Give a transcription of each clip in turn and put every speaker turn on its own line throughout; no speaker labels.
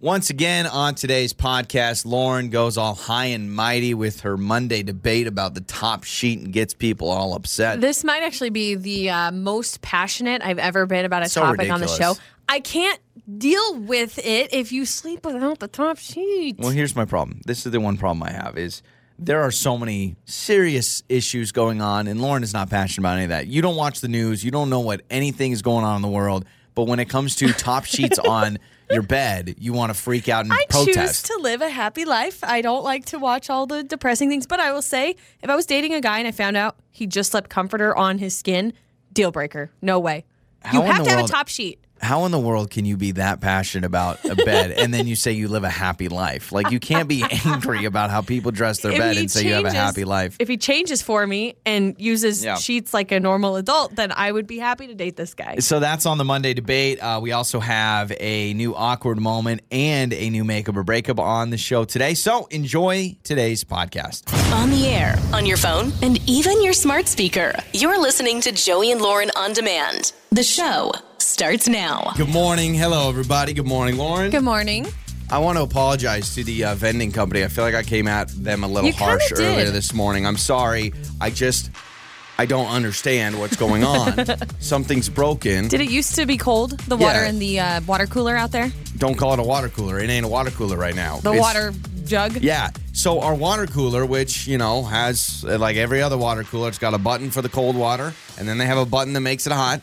Once again on today's podcast, Lauren goes all high and mighty with her Monday debate about the top sheet and gets people all upset.
This might actually be the uh, most passionate I've ever been about a
So
topic on the
ridiculous.
show. I can't deal with it if you sleep without the top sheet.
Well, here's my problem. This is the one problem I have is there are so many serious issues going on, and Lauren is not passionate about any of that. You don't watch the news, you don't know what anything is going on in the world. But when it comes to top sheets on your bed, you want to freak out and
I
protest.
choose to live a happy life. I don't like to watch all the depressing things, but I will say if I was dating a guy and I found out he just slept comforter on his skin, deal breaker. No way.
How
you
in
have
the
to have
world-
a top sheet.
How in the world can you be that passionate about a bed and then you say you live a happy life? Like you can't be angry about how people dress their
If
bed
he
and say you have a
changes-
happy life.
If he changes for me and uses
Yeah.
sheets like a normal adult, then I would be happy to date this guy.
So that's on the Monday debate. Uh, we also have a new awkward moment and a new makeup or breakup on the show today. So enjoy today's podcast.
On the air, on your phone, and even your smart speaker. You're listening to Joey and Lauren on demand. The show starts now.
Good morning. Hello, everybody. Good morning, Lauren.
Good morning.
I want to apologize to the uh, vending company. I feel like I came at them a little
You kinda
harsh
did.
earlier this morning. I'm sorry. I just, I don't understand what's going on. Something's broken.
Did it used to be cold? The water
Yeah.
in the uh, water cooler out there?
Don't call it a water cooler. It ain't a water cooler right now.
The
It's-
water jug?
Yeah. So our water cooler, which you know has uh, like every other water cooler, it's got a button for the cold water, and then they have a button that makes it hot.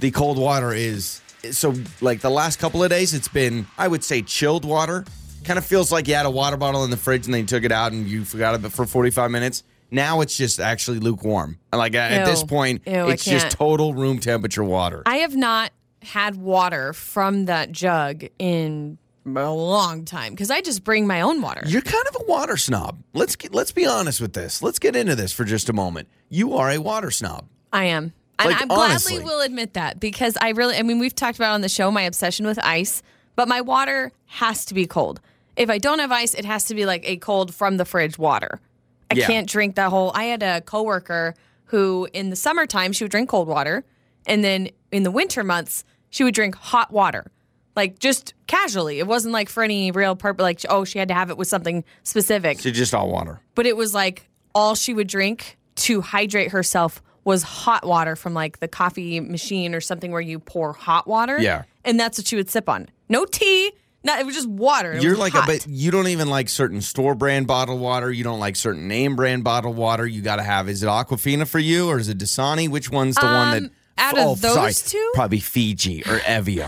The cold water is so like the last couple of days, it's been I would say chilled water. Kind of feels like you had a water bottle in the fridge and then you took it out and you forgot about it for 45 minutes. Now it's just actually lukewarm. Like at, at
Ew.
this point,
Ew, I
it's just
can't.
total room temperature water.
I have not had water from that jug in a long time because I just bring my own water.
You're kind of a water snob. Let's get, let's be honest with this. Let's get into this for just a moment. You are a water snob.
I am. And
Like,
I
honestly.
gladly will admit that because I really, I mean, we've talked about on the show my obsession with ice, but my water has to be cold. If I don't have ice, it has to be like a cold from the fridge water. I
Yeah.
can't drink that whole. I had a coworker who, in the summertime, she would drink cold water, and then in the winter months, she would drink hot water, like just casually. It wasn't like for any real purpose. Like, oh, she had to have it with something specific
It's just all water.
but it was like all she would drink to hydrate herself was hot water from like the coffee machine or something where you pour hot water.
Yeah.
And that's what she would sip on. No tea. No, it was just water. It
You're
was
like
hot.
a bit. You don't even like certain store brand bottled water. You don't like certain name brand bottled water. You got to have. Is it Aquafina for you or is it Dasani? Which one's the one that?
Um, out of
oh, sorry,
those two?
probably Fiji or Evian.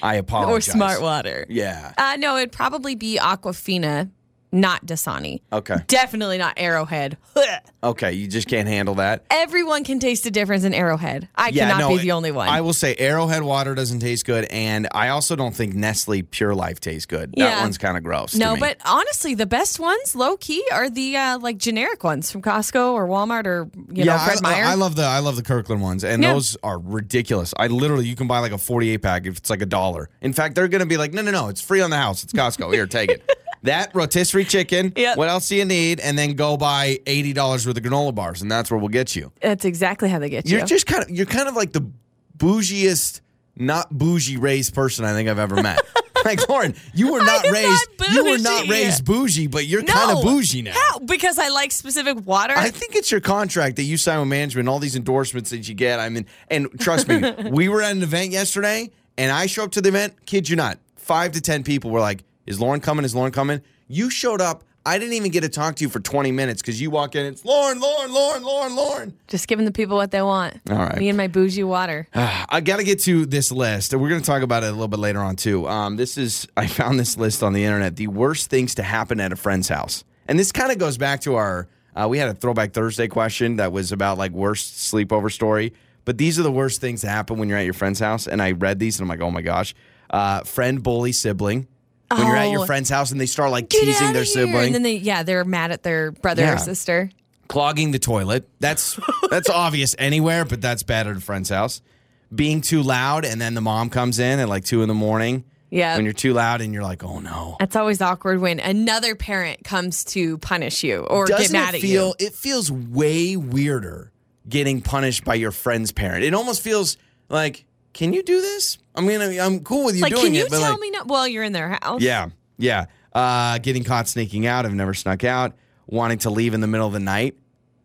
I
or
apologize.
smart water.
Yeah.
Uh, no, it'd probably be Aquafina, not Dasani.
Okay.
Definitely not Arrowhead.
Okay. You just can't handle that.
Everyone can taste a difference in Arrowhead. I cannot be the only one.
I will say Arrowhead water doesn't taste good, and I also don't think Nestle Pure Life tastes good. That
Yeah.
one's kind of gross. to
No,
me.
but honestly, the best ones, low key, are the uh, like generic ones from Costco or Walmart or you know Fred
I,
Meyer.
I love the I love the Kirkland ones, and
Yeah.
those are ridiculous. I literally you can buy like a forty eight pack if it's like a dollar. In fact, they're gonna be like, no, no, no, it's free on the house. It's Costco. Here, take it. That rotisserie chicken.
Yep.
What else do you need? And then go buy eighty dollars worth of granola bars, and that's where we'll get you.
That's exactly how they get you.
You're just kind of you're kind of like the bougiest, not bougie raised person I think I've ever met. like Lauren, you were not
am
raised
not
you were not
bougie.
raised bougie, but you're
No.
kind of bougie now.
How? Because I like specific water.
I think it's your contract that you sign with management, all these endorsements that you get. I mean, and trust me, we were at an event yesterday, and I show up to the event. Kid you not, five to ten people were like, "Is Lauren coming? Is Lauren coming?" You showed up. I didn't even get to talk to you for twenty minutes because you walk in. It's Lauren, Lauren, Lauren, Lauren, Lauren.
just giving the people what they want.
All right.
Me and my bougie water.
I got to get to this list. and We're going to talk about it a little bit later on too. Um, this is I found this list on the internet: the worst things to happen at a friend's house. And this kind of goes back to our uh, we had a throwback Thursday question that was about like worst sleepover story. But these are the worst things that happen when you're at your friend's house. And I read these and I'm like, oh my gosh, uh, friend bully sibling. When you're at your
Oh.
friend's house and they start like
Get
teasing
outta
their
here.
sibling,
And then they, yeah, they're mad at their brother
Yeah.
or sister.
clogging the toilet. That's that's obvious anywhere, but that's bad at a friend's house. Being too loud, and then the mom comes in at like two in the morning.
Yeah.
when you're too loud, and you're like, oh no.
That's always awkward when another parent comes to punish you or get
Doesn't
mad
it
at
feel?
you.
It feels way weirder getting punished by your friend's parent. It almost feels like. can you do this? I mean, I- I'm cool with you
like,
doing
can
it,
you
but
tell
like,
me no? Well, you're in their house.
yeah, yeah. Uh, getting caught sneaking out. I've never snuck out. Wanting to leave in the middle of the night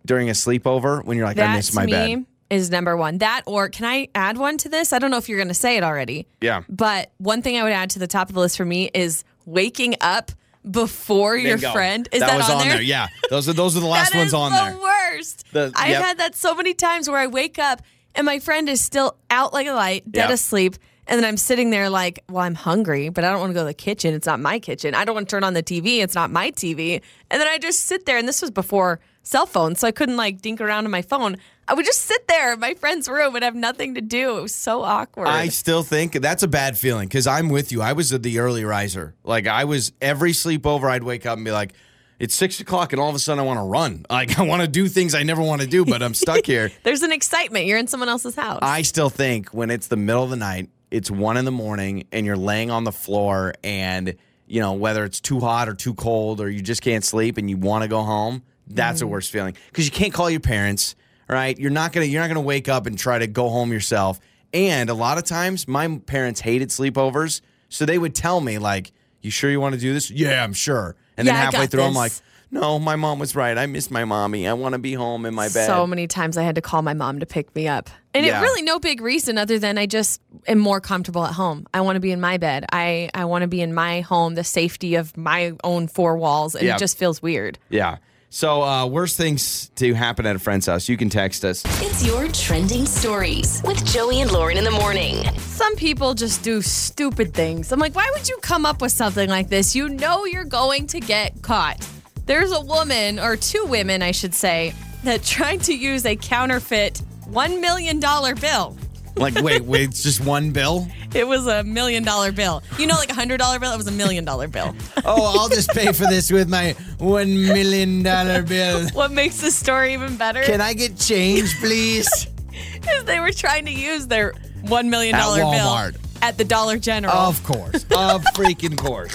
during a sleepover when you're like, I
That
miss
to
my
me
bed.
is number one. That or can I add one to this? I don't know if you're going to say it already.
Yeah.
But one thing I would add to the top of the list for me is waking up before your
Bingo.
friend. Is that,
was
on, there?
Yeah, those are those are the last
That
ones
is
on
the
there.
worst.
The-
I've
yep.
had that so many times where I wake up and my friend is still out like a light, dead
Yep.
asleep. And then I'm sitting there like, well, I'm hungry, but I don't want to go to the kitchen. It's not my kitchen. I don't want to turn on the TV. It's not my TV. And then I just sit there. And this was before cell phones, so I couldn't like dink around on my phone. I would just sit there in my friend's room and have nothing to do. It was so awkward.
I still think that's a bad feeling because I'm with you. I was the early riser. Like I was every sleepover, I'd wake up and be like, "It's six o'clock," and all of a sudden I want to run. Like I want to do things I never want to do, but I'm stuck here.
There's an excitement. You're in someone else's house.
I still think when it's the middle of the night, it's one in the morning, and you're laying on the floor, and you know whether it's too hot or too cold, or you just can't sleep, and you want to go home. That's the
Mm-hmm.
worst feeling because you can't call your parents. Right? You're not gonna you're not gonna wake up and try to go home yourself. And a lot of times, my parents hated sleepovers, so they would tell me like, "You sure you want to do this? Yeah, I'm sure." And
Yeah, I
then halfway
got
through, I'm
this.
like, "No, my mom was right. I miss my mommy. I want to be home in my bed."
So many times I had to call my mom to pick me up. And
Yeah.
it really no big reason other than I just am more comfortable at home. I want to be in my bed. I, I want to be in my home, the safety of my own four walls. And
Yeah.
it just feels weird.
Yeah. So, uh, worst things to happen at a friend's house. You can text us.
It's your trending stories with Joey and Lauren in the morning.
Some people just do stupid things. I'm like, why would you come up with something like this? You know you're going to get caught. There's a woman, or two women, I should say, that tried to use a counterfeit $1 million bill.
Like, wait, wait, it's just one bill?
It was a million dollar bill. You know, like a hundred dollar bill. It was a million dollar bill.
Oh, I'll just pay for this with my one million dollar bill.
What makes this story even better
I get change, please?
is they were trying to use their one million dollar
At
bill
Walmart. Oh,
at the Dollar General.
course. Of freaking course.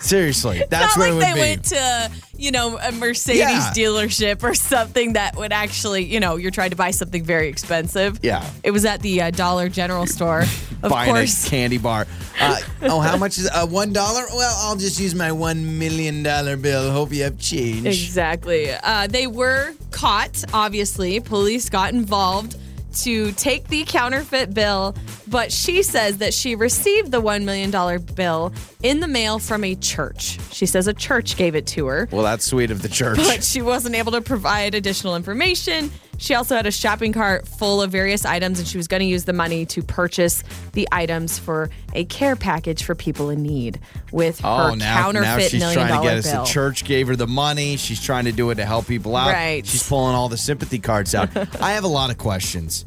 Seriously, that's
Not
what
like
it would be.
they went to you know a Mercedes
Yeah.
dealership or something that would actually you know you're trying to buy something very expensive.
Yeah.
it was at the uh, Dollar General store. Of
Buying
course,
a candy bar. Uh, oh, how much is uh, one dollar? Well, I'll just use my one million dollar bill. Hope you have change.
Exactly. Uh, they were caught, obviously. Police got involved to take the counterfeit bill, but she says that she received the $1 million bill in the mail from a church. She says a church gave it to her.
Well, that's sweet of the church.
But she wasn't able to provide additional information. She also had a shopping cart full of various items, and she was going to use the money to purchase the items for a care package for people in need with her counterfeit
Oh, now she's
million
trying to
dollar
get us.
bill.
The church gave her the money. She's trying to do it to help people out.
Right.
She's pulling all the sympathy cards out. I have a lot of questions.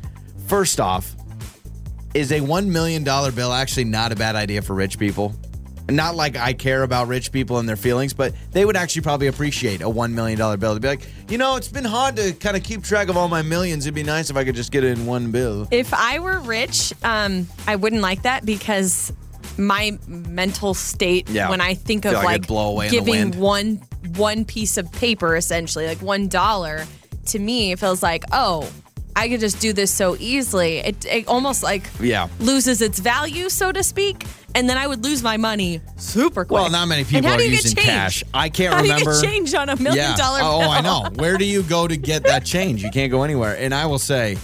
First off, is a one million dollar bill actually not a bad idea for rich people? Not like I care about rich people and their feelings, but they would actually probably appreciate a one million dollar bill. They'd be like, you know, it's been hard to kind of keep track of all my millions. It'd be nice if I could just get it in one bill.
If I were rich, um, I wouldn't like that because my mental state
Yeah.
when I think
Feel
of
like it'd
like
blow away in the
giving
wind.
one one piece of paper essentially, like one dollar, to me it feels like oh. I could just do this so easily. It, it almost like
Yeah.
loses its value, so to speak, and then I would lose my money super quick.
Well, not many
And
people
how
are
do you get
using
change?
cash. I can't
How
remember.
do you get change on a million dollar
Oh,
bill?
I know. Where do you go to get that change? You can't go anywhere. And I will say,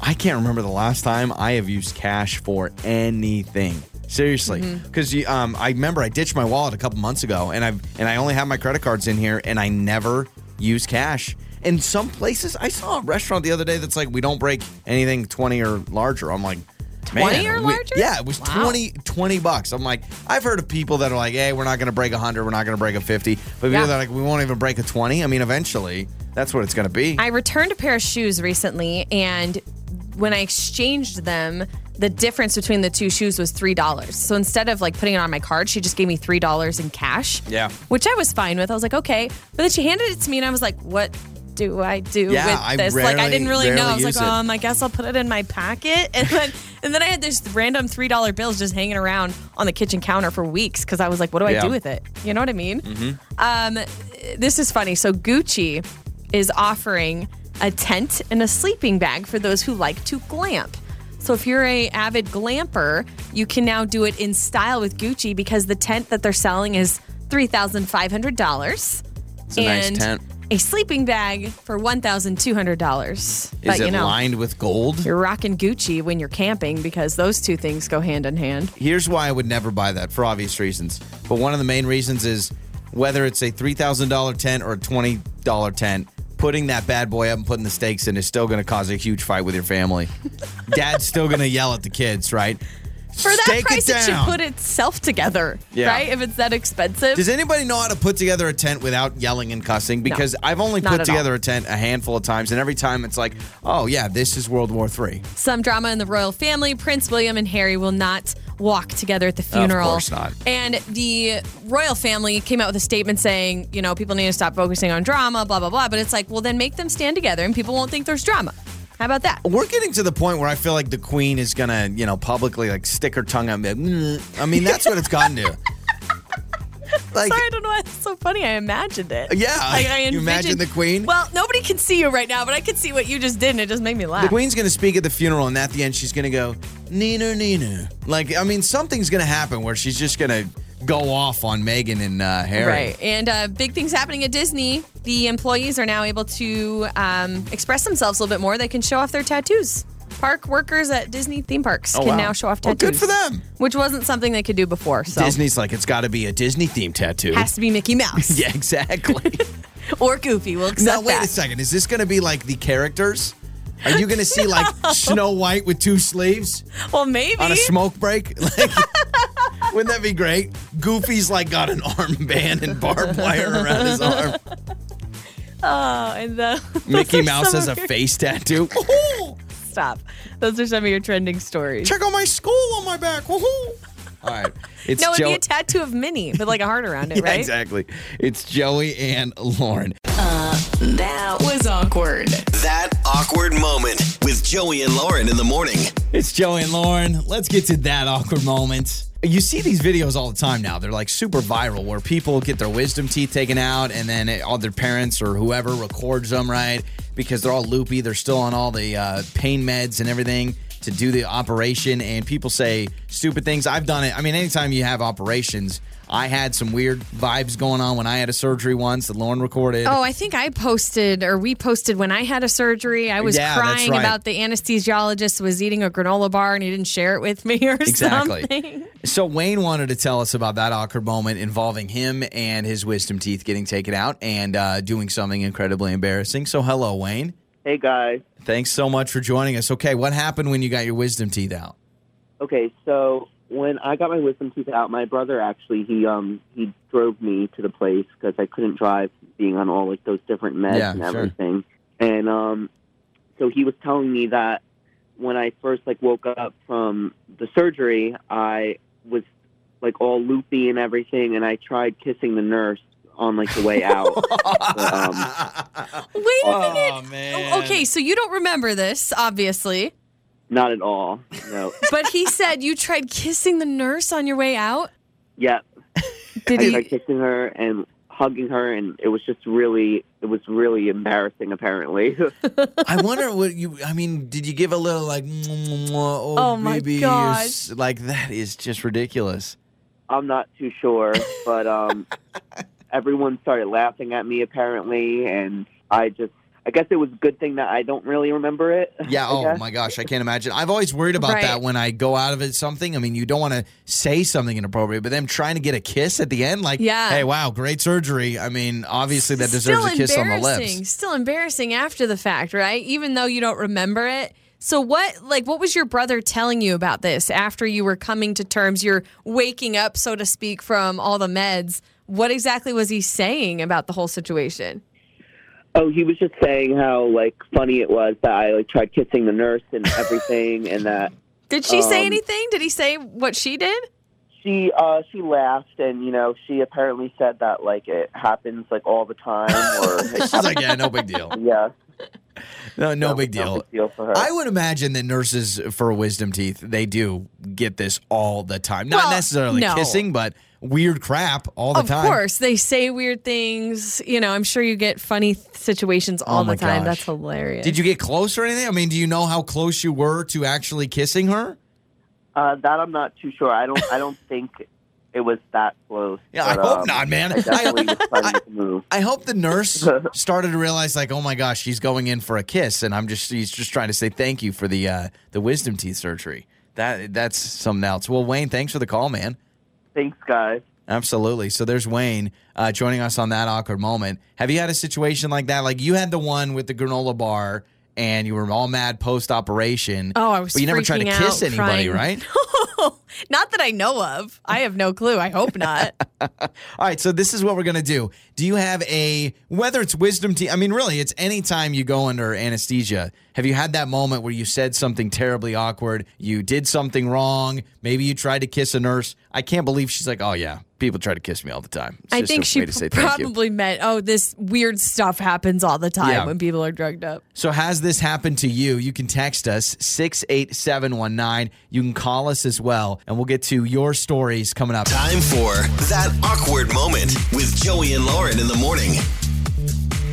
I can't remember the last time I have used cash for anything. Seriously,
Mm-hmm.
because um, I remember I ditched my wallet a couple months ago, and I have and I only have my credit cards in here, and I never use cash. In some places, I saw a restaurant the other day that's like, we don't break anything twenty or larger. I'm like.
20
man,
or
we-
larger?
yeah, it was
Wow.
20, 20 bucks. I'm like, I've heard of people that are like, hey, we're not going to break 100, we're not going to break a 50. But people
Yeah.
that are like, we won't even break a 20. I mean, eventually, that's what it's going to be.
I returned a pair of shoes recently, and when I exchanged them, the difference between the two shoes was three dollars. So instead of like putting it on my card, she just gave me three dollars in cash.
Yeah.
which I was fine with. I was like, okay, but then she handed it to me, and I was like, what do I do
Yeah, I
with this? like I
rarely-
didn't really know. I
rarely
was like,
use it.
um, I guess I'll put it in my pocket, and then and then I had this random three dollar bills just hanging around on the kitchen counter for weeks because I was like, what do I
Yeah. Mm-hmm.
do with it? You know what I mean? Um, this is funny. So Gucci is offering a tent and a sleeping bag for those who like to glamp. So if you're a avid glamper, you can now do it in style with Gucci because the tent that they're selling is three thousand five hundred dollars.
It's a nice tent.
A sleeping bag for one thousand two hundred dollars.
Is it lined with gold?
You're rocking Gucci when you're camping because those two things go hand in hand.
Here's why I would never buy that for obvious reasons. But one of the main reasons is whether it's a $3,000 tent or a $20 tent, putting that bad boy up and putting the stakes in is still going to cause a huge fight with your family. Dad's still going to yell at the kids, right?
For that price, it, should put itself together,
Yeah.
right? If it's that expensive.
Does anybody know how to put together a tent without yelling and cussing? Because I've only
Not
put
at all.
together a tent a handful of times, and every time it's like, oh, yeah, this is World War III.
some drama in the royal family. Prince William and Harry will not walk together at the funeral.
course not.
And the royal family came out with a statement saying, you know, people need to stop focusing on drama, blah, blah, blah. But it's like, well, then make them stand together and people won't think there's drama. How about that?
We're getting to the point where I feel like the queen is going to, you know, publicly like stick her tongue out. and be like, "Mm." I mean, that's what it's gotten to. Like,
Sorry, I don't know why it's so funny. I imagined it.
Yeah,
Like, I
you imagine
envisioned-
the queen?
Well, nobody can see you right now, but I could see what you just did, and it just made me laugh.
The queen's going to speak at the funeral, and at the end, she's going to go, Nina, Nina. Like, I mean, something's going to happen where she's just going to go off on Megan and uh, Harry.
Right. And uh, big things happening at Disney. The employees are now able to um, express themselves a little bit more. They can show off their tattoos. Park workers at Disney theme parks
Oh,
can
wow.
now show off
Well,
tattoos.
good for them.
Which wasn't something they could do before. So
Disney's like, it's got to be a Disney themed tattoo.
has to be Mickey Mouse
yeah, exactly.
or Goofy. We'll accept
now, wait
that.
a second. Is this going to be like the characters? Are you going to see like Snow White with two sleeves
Well, maybe.
on a smoke break? Like, wouldn't that be great? Goofy's like got an armband and barbed wire around his arm.
oh, and the
Mickey
those are
Mouse
some
has a
of your-
face tattoo.
Stop. Those are some of your trending stories.
Check out my skull on my back. Woohoo! All right. It's
no, it'd
Joey.
be a tattoo of Minnie with like a heart around it,
Yeah,
right?
Exactly. It's Joey and Lauren.
That was awkward.
That awkward moment with Joey and Lauren in the morning.
It's Joey and Lauren. Let's get to that awkward moment. You see these videos all the time now. They're like super viral where people get their wisdom teeth taken out and then it, all their parents or whoever records them, right? Because they're all loopy. They're still on all the uh, pain meds and everything to do the operation. And people say stupid things. I've done it. I mean, anytime you have operations, I had some weird vibes going on when I had a surgery once that Lauren recorded.
Oh, I think I posted or we posted when I had a surgery. I was
Yeah, that's
crying
right.
about the anesthesiologist was eating a granola bar and he didn't share it with me or
Exactly.
something.
So Wayne wanted to tell us about that awkward moment involving him and his wisdom teeth getting taken out and uh, doing something incredibly embarrassing. So hello, Wayne.
Hey guys.
Thanks so much for joining us. Okay, what happened when you got your wisdom teeth out?
Okay, so when I got my wisdom teeth out, my brother actually he um he drove me to the place because I couldn't drive being on all like those different meds
Yeah,
and
sure.
everything. And um so he was telling me that when I first like woke up from the surgery, I was like all loopy and everything and I tried kissing the nurse on like the way out. But, um,
Wait a minute. Oh, Okay, so you don't remember this, obviously,
not at all. No.
but he said you tried kissing the nurse on your way out.
yeah,
Did
I tried
he?
kissing her and hugging her, and it was just really, it was really embarrassing. Apparently,
I wonder what you. I mean, did you give a little like? "Mwah, mwah, mwah," Oh,
Oh, my
maybe you
gosh.
s- Like that is just ridiculous.
I'm not too sure, but um, everyone started laughing at me apparently, and I just, I guess it was a good thing that I don't really remember it.
Yeah.
I
Oh
guess.
my gosh, I can't imagine. I've always worried about
Right.
that when I go out of it something. I mean, you don't want to say something inappropriate, but them trying to get a kiss at the end, like,
Yeah.
hey, wow, great surgery. I mean, obviously that deserves
Still
a kiss on the
embarrassing.
lips.
Still embarrassing after the fact, right? Even though you don't remember it. So what like what was your brother telling you about this after you were coming to terms, you're waking up, so to speak, from all the meds? What exactly was he saying about the whole situation?
Oh, he was just saying how like funny it was that I like tried kissing the nurse and everything, and that
Did she say
Um,
anything? Did he say what she did?
she uh she laughed and you know she apparently said that like it happens like all the time or it
She's like, yeah, no big deal.
yeah
No, no big deal.
big deal for her
I would imagine that nurses for wisdom teeth, they do get this all the time. Not
Well,
necessarily
no.
kissing, but weird crap all the
of
time.
course, they say weird things. You know, I'm sure you get funny th- situations all
Oh my
the time.
gosh.
That's hilarious.
Did you get close or anything? I mean, do you know how close you were to actually kissing her?
Uh, that I'm not too sure. I don't. I don't think it was that close.
Yeah, I
but,
hope
um,
not, man.
I definitely was planning to move.
I hope the nurse started to realize, like, oh my gosh, she's going in for a kiss, and I'm just she's just trying to say thank you for the uh, the wisdom teeth surgery. That that's something else. Well, Wayne, thanks for the call, man.
Thanks, guys.
Absolutely. So there's Wayne uh, joining us on that awkward moment. Have you had a situation like that? Like you had the one with the granola bar, and you were all mad post operation.
Oh, I was.
But you never tried to
freaking
kiss
out,
anybody,
crying.
right?
No, not that I know of. I have no clue. I hope not.
All right, so this is what we're going to do. Do you have a, whether it's wisdom teeth, I mean, really, it's any time you go under anesthesia. Have you had that moment where you said something terribly awkward? You did something wrong. Maybe you tried to kiss a nurse. I can't believe she's like, oh, yeah, people try to kiss me all the time. It's
I
just
think
a
she
way to say thank you.
probably meant, oh, this weird stuff happens all the time
Yeah.
when people are drugged up.
So, has this happened to you? You can text us 68719. You can call us as well, and we'll get to your stories coming up.
Time for that awkward moment with Joey and Lauren in the morning.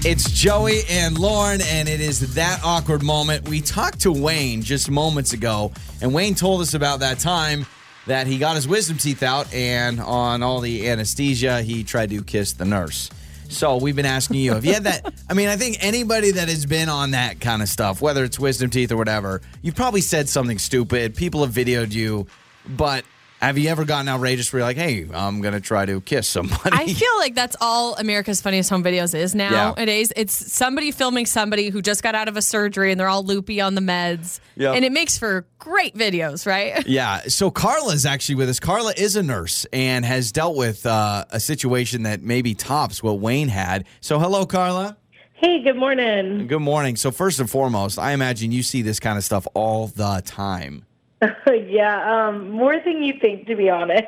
It's Joey and Lauren, and it is that awkward moment. We talked to Wayne just moments ago, and Wayne told us about that time that he got his wisdom teeth out, and on all the anesthesia, he tried to kiss the nurse. So we've been asking you, have you had that? I mean, I think anybody that has been on that kind of stuff, whether it's wisdom teeth or whatever, you've probably said something stupid. People have videoed you, but have you ever gotten outrageous where you're like, hey, I'm going to try to kiss somebody?
I feel like that's all America's Funniest Home Videos is nowadays. It's somebody filming somebody who just got out of a surgery and they're all loopy on the meds.
Yep.
And it makes for great videos, right?
Yeah. So Carla's actually with us. Carla is a nurse and has dealt with uh, a situation that maybe tops what Wayne had. So, hello, Carla.
Hey, good morning.
Good morning. So, first and foremost, I imagine you see this kind of stuff all the time.
yeah, um, more than you think, to be honest.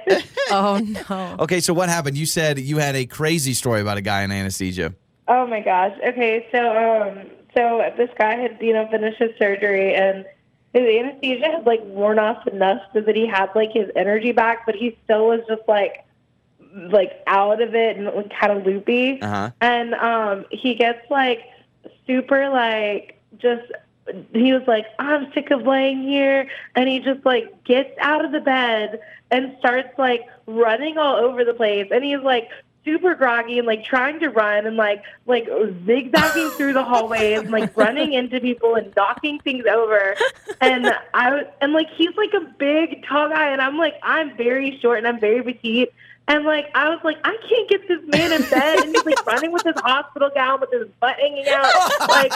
oh, no.
Okay. So, what happened? You said you had a crazy story about a guy in anesthesia.
oh my gosh. Okay, so um, so this guy had you know finished his surgery and his anesthesia had like worn off enough so that he had like his energy back, but he still was just like like out of it and like, kind of loopy.
huh.
And um, he gets like super like just he was like I'm sick of laying here, and he just like gets out of the bed and starts like running all over the place, and he's like super groggy and like trying to run and like like zigzagging through the hallways and like running into people and knocking things over and I was- and like he's like a big tall guy and I'm like I'm very short and I'm very petite and like I was like I can't get this man in bed and he's like running with his hospital gown with his butt hanging out like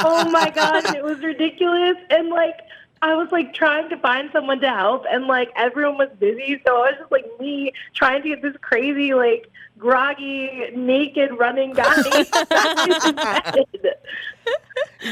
oh my gosh it was ridiculous and like I was like trying to find someone to help and like everyone was busy so I was just like me trying to get this crazy like groggy naked running guy in bed.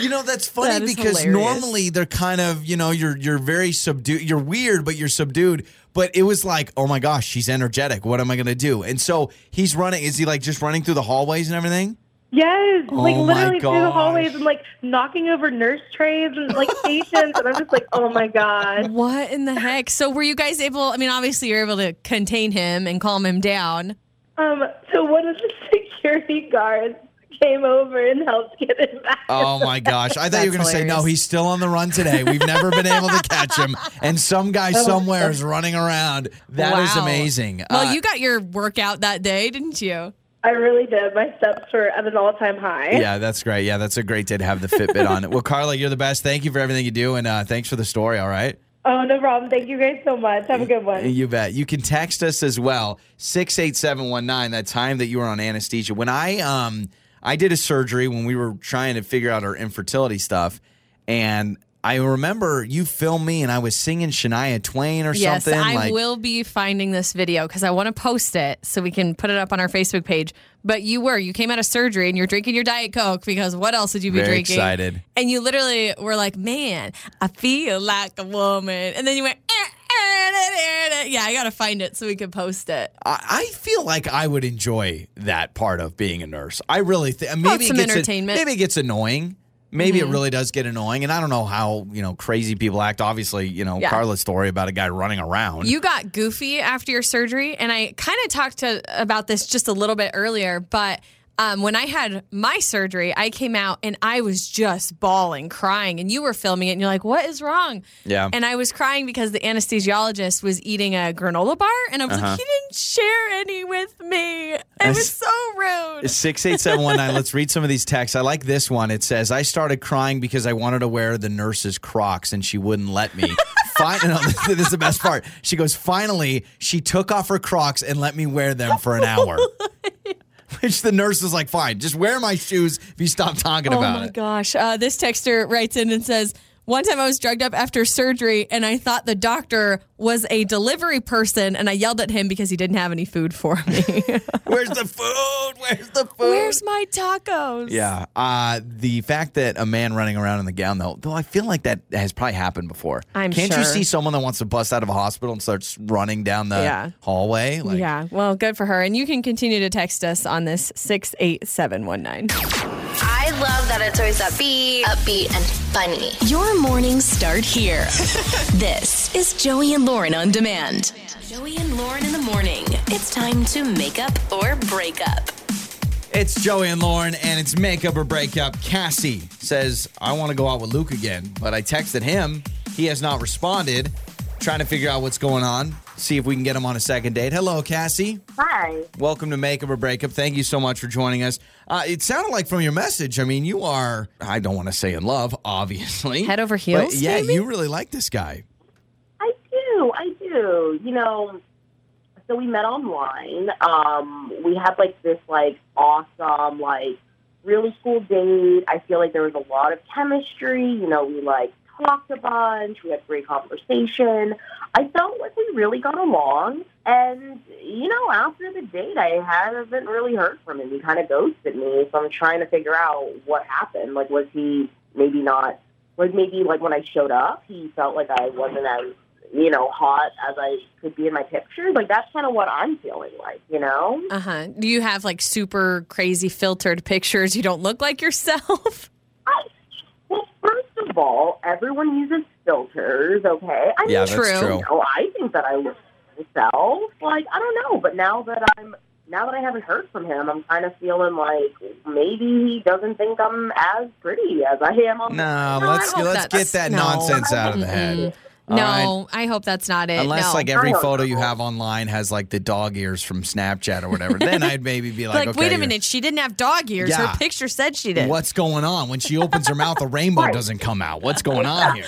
You know that's funny
That is
because
hilarious.
normally they're kind of you know you're you're very subdued you're weird but you're subdued but it was like oh my gosh she's energetic what am I gonna do and so he's running is he like just running through the hallways and everything
Yes, like
Oh my
literally through the hallways
gosh.
and like knocking over nurse trays and like patients, and I'm just like, oh my god.
What in the heck? So, were you guys able? I mean, obviously, you're able to contain him and calm him down.
Um, so one of the security guards came over and helped get him back.
oh my gosh I thought you were gonna
That's
say no
hilarious.
he's still on the run today we've never been able to catch him and some guy somewhere is running around That is
Wow.
amazing
Well,
Uh,
you got your workout that day, didn't you?
I really did. My steps were at an all-time high.
yeah that's great yeah that's a great day to have the Fitbit on well Carla you're the best thank you for everything you do and uh, thanks for the story all right.
Oh no problem. Thank you guys so much. Have a good one.
You bet. You can text us as well. 68719, that time that you were on anesthesia. When I um I did a surgery when we were trying to figure out our infertility stuff and I remember you filmed me and I was singing Shania Twain or
Yes,
something
I
like
will be finding this video because I want to post it so we can put it up on our Facebook page. But you were, you came out of surgery and you're drinking your Diet Coke because what else would you be
very
drinking?
excited.
And you literally were like, man, I feel like a woman. And then you went, "Eh, eh, eh, eh, eh." yeah, I got to find it so we can post it.
I, I feel like I would enjoy that part of being a nurse. I really think maybe
some
it gets
entertainment. Mm-hmm.
maybe it gets annoying. maybe it really does get annoying. And I don't know how, you know, crazy people act. Obviously, you know,
Yeah.
Carla's story about a guy running around.
You got goofy after your surgery, and I kind of talked to about this just a little bit earlier, but. Um, when I had my surgery, I came out and I was just bawling, crying, and you were filming it, and you're like, "What is wrong?"
Yeah.
And I was crying because the anesthesiologist was eating a granola bar, and I was like, "He didn't share any with me." It was so rude.
68719. Let's read some of these texts. I like this one. It says, I started crying because I wanted to wear the nurse's Crocs and she wouldn't let me. Fine, no, this is the best part. She goes, Finally, she took off her Crocs and let me wear them for an hour. Which the nurse was like, Fine, just wear my shoes if you stop talking
Oh
about
my
it.
gosh. Uh, this texter writes in and says, one time I was drugged up after surgery and I thought the doctor was a delivery person and I yelled at him because he didn't have any food for me.
Where's the food? Where's the food?
Where's my tacos?
Yeah. Uh, the fact that a man running around in the gown, though, though I feel like that has probably happened before.
I'm
Can't you
sure.
see someone that wants to bust out of a hospital and starts running down the
Yeah.
hallway? Like,
yeah. Well, good for her. And you can continue to text us on this 68719.
I love that it's always upbeat, upbeat and funny.
Your mornings start here. this is Joey and Lauren on demand. Joey and Lauren in the morning. It's time to make up or break up.
It's Joey and Lauren, and it's makeup or breakup. Cassie says, I want to go out with Luke again, but I texted him. He has not responded. Trying to figure out what's going on, see if we can get him on a second date. Hello, Cassie.
Hi.
Welcome to Makeup or Breakup. Thank you so much for joining us. Uh, it sounded like from your message, I mean, you are, I don't want to say in love, obviously.
Head over
But
heels,
yeah,
maybe?
you really like this guy.
I do. I do. You know, so we met online. Um, we had like this like awesome like really cool date. I feel like there was a lot of chemistry. You know, we like talked a bunch. We had great conversation. I felt like we really got along. And you know, after the date, I haven't really heard from him. He kind of ghosted me. So I'm trying to figure out what happened. Like, was he maybe not? Was maybe like when I showed up, he felt like I wasn't as you know hot as I could be in my pictures. Like that's kind of what I'm feeling like. You know.
Uh huh. Do you have like super crazy filtered pictures? You don't look like yourself.
I, well, first of all, everyone uses filters, okay? I
Yeah,
mean,
that's
True.
true.
you know, I think that I look myself. Like, I don't know, but now that I'm now that I haven't heard from him, I'm kind of feeling like maybe he doesn't think I'm as pretty as I am on
No,
No, I
let's
hope
let's get
that's-
that
no.
nonsense out of the
Mm-mm.
head. All right.
No, I hope that's not it.
Unless
no.
like every
I don't
photo
know.
you have online has like the dog ears from Snapchat or whatever, then I'd maybe be like,
like,
okay,
wait a
you're-
minute, she didn't have dog ears.
Yeah.
Her picture said she did.
What's going on? When she opens her mouth, a rainbow doesn't come out. What's going on here?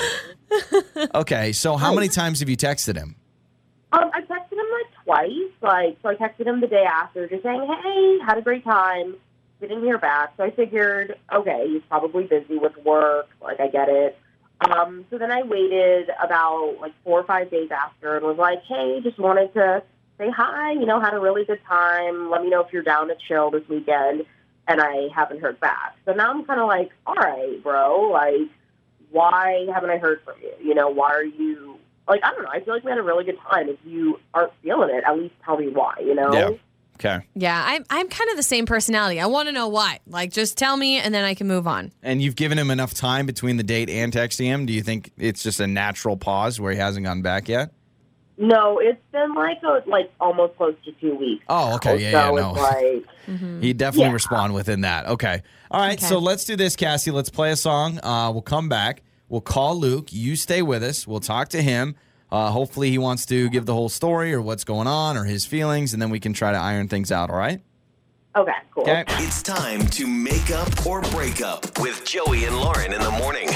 Okay, so how many times have you texted him?
Um, I texted him like twice. Like, so I texted him the day after, just saying, "Hey, had a great time." Didn't hear back, so I figured, okay, he's probably busy with work. Like, I get it. Um, so then I waited about like four or five days after, and was like, "Hey, just wanted to say hi. You know, had a really good time. Let me know if you're down to chill this weekend." And I haven't heard back. So now I'm kind of like, "All right, bro. Like, why haven't I heard from you? You know, why are you like I don't know, I feel like we had a really good time. If you aren't feeling it, at least tell me why, you know?
Yeah. Okay.
Yeah, I'm I'm kind of the same personality. I want to know why. Like, just tell me, and then I can move on.
And you've given him enough time between the date and texting him. Do you think it's just a natural pause where he hasn't gone back yet?
No, it's been like a, like almost close to two weeks.
Oh, okay.
now,
Yeah, yeah,
so
no.
it's like
He'd definitely
Yeah.
respond within that. Okay. All right.
Okay.
So let's do this, Cassie. Let's play a song. Uh, we'll come back. We'll call Luke. You stay with us. We'll talk to him. Uh, hopefully, he wants to give the whole story or what's going on or his feelings, and then we can try to iron things out. All right.
okay, cool.
Okay.
It's time to make up or break up with Joey and Lauren in the morning.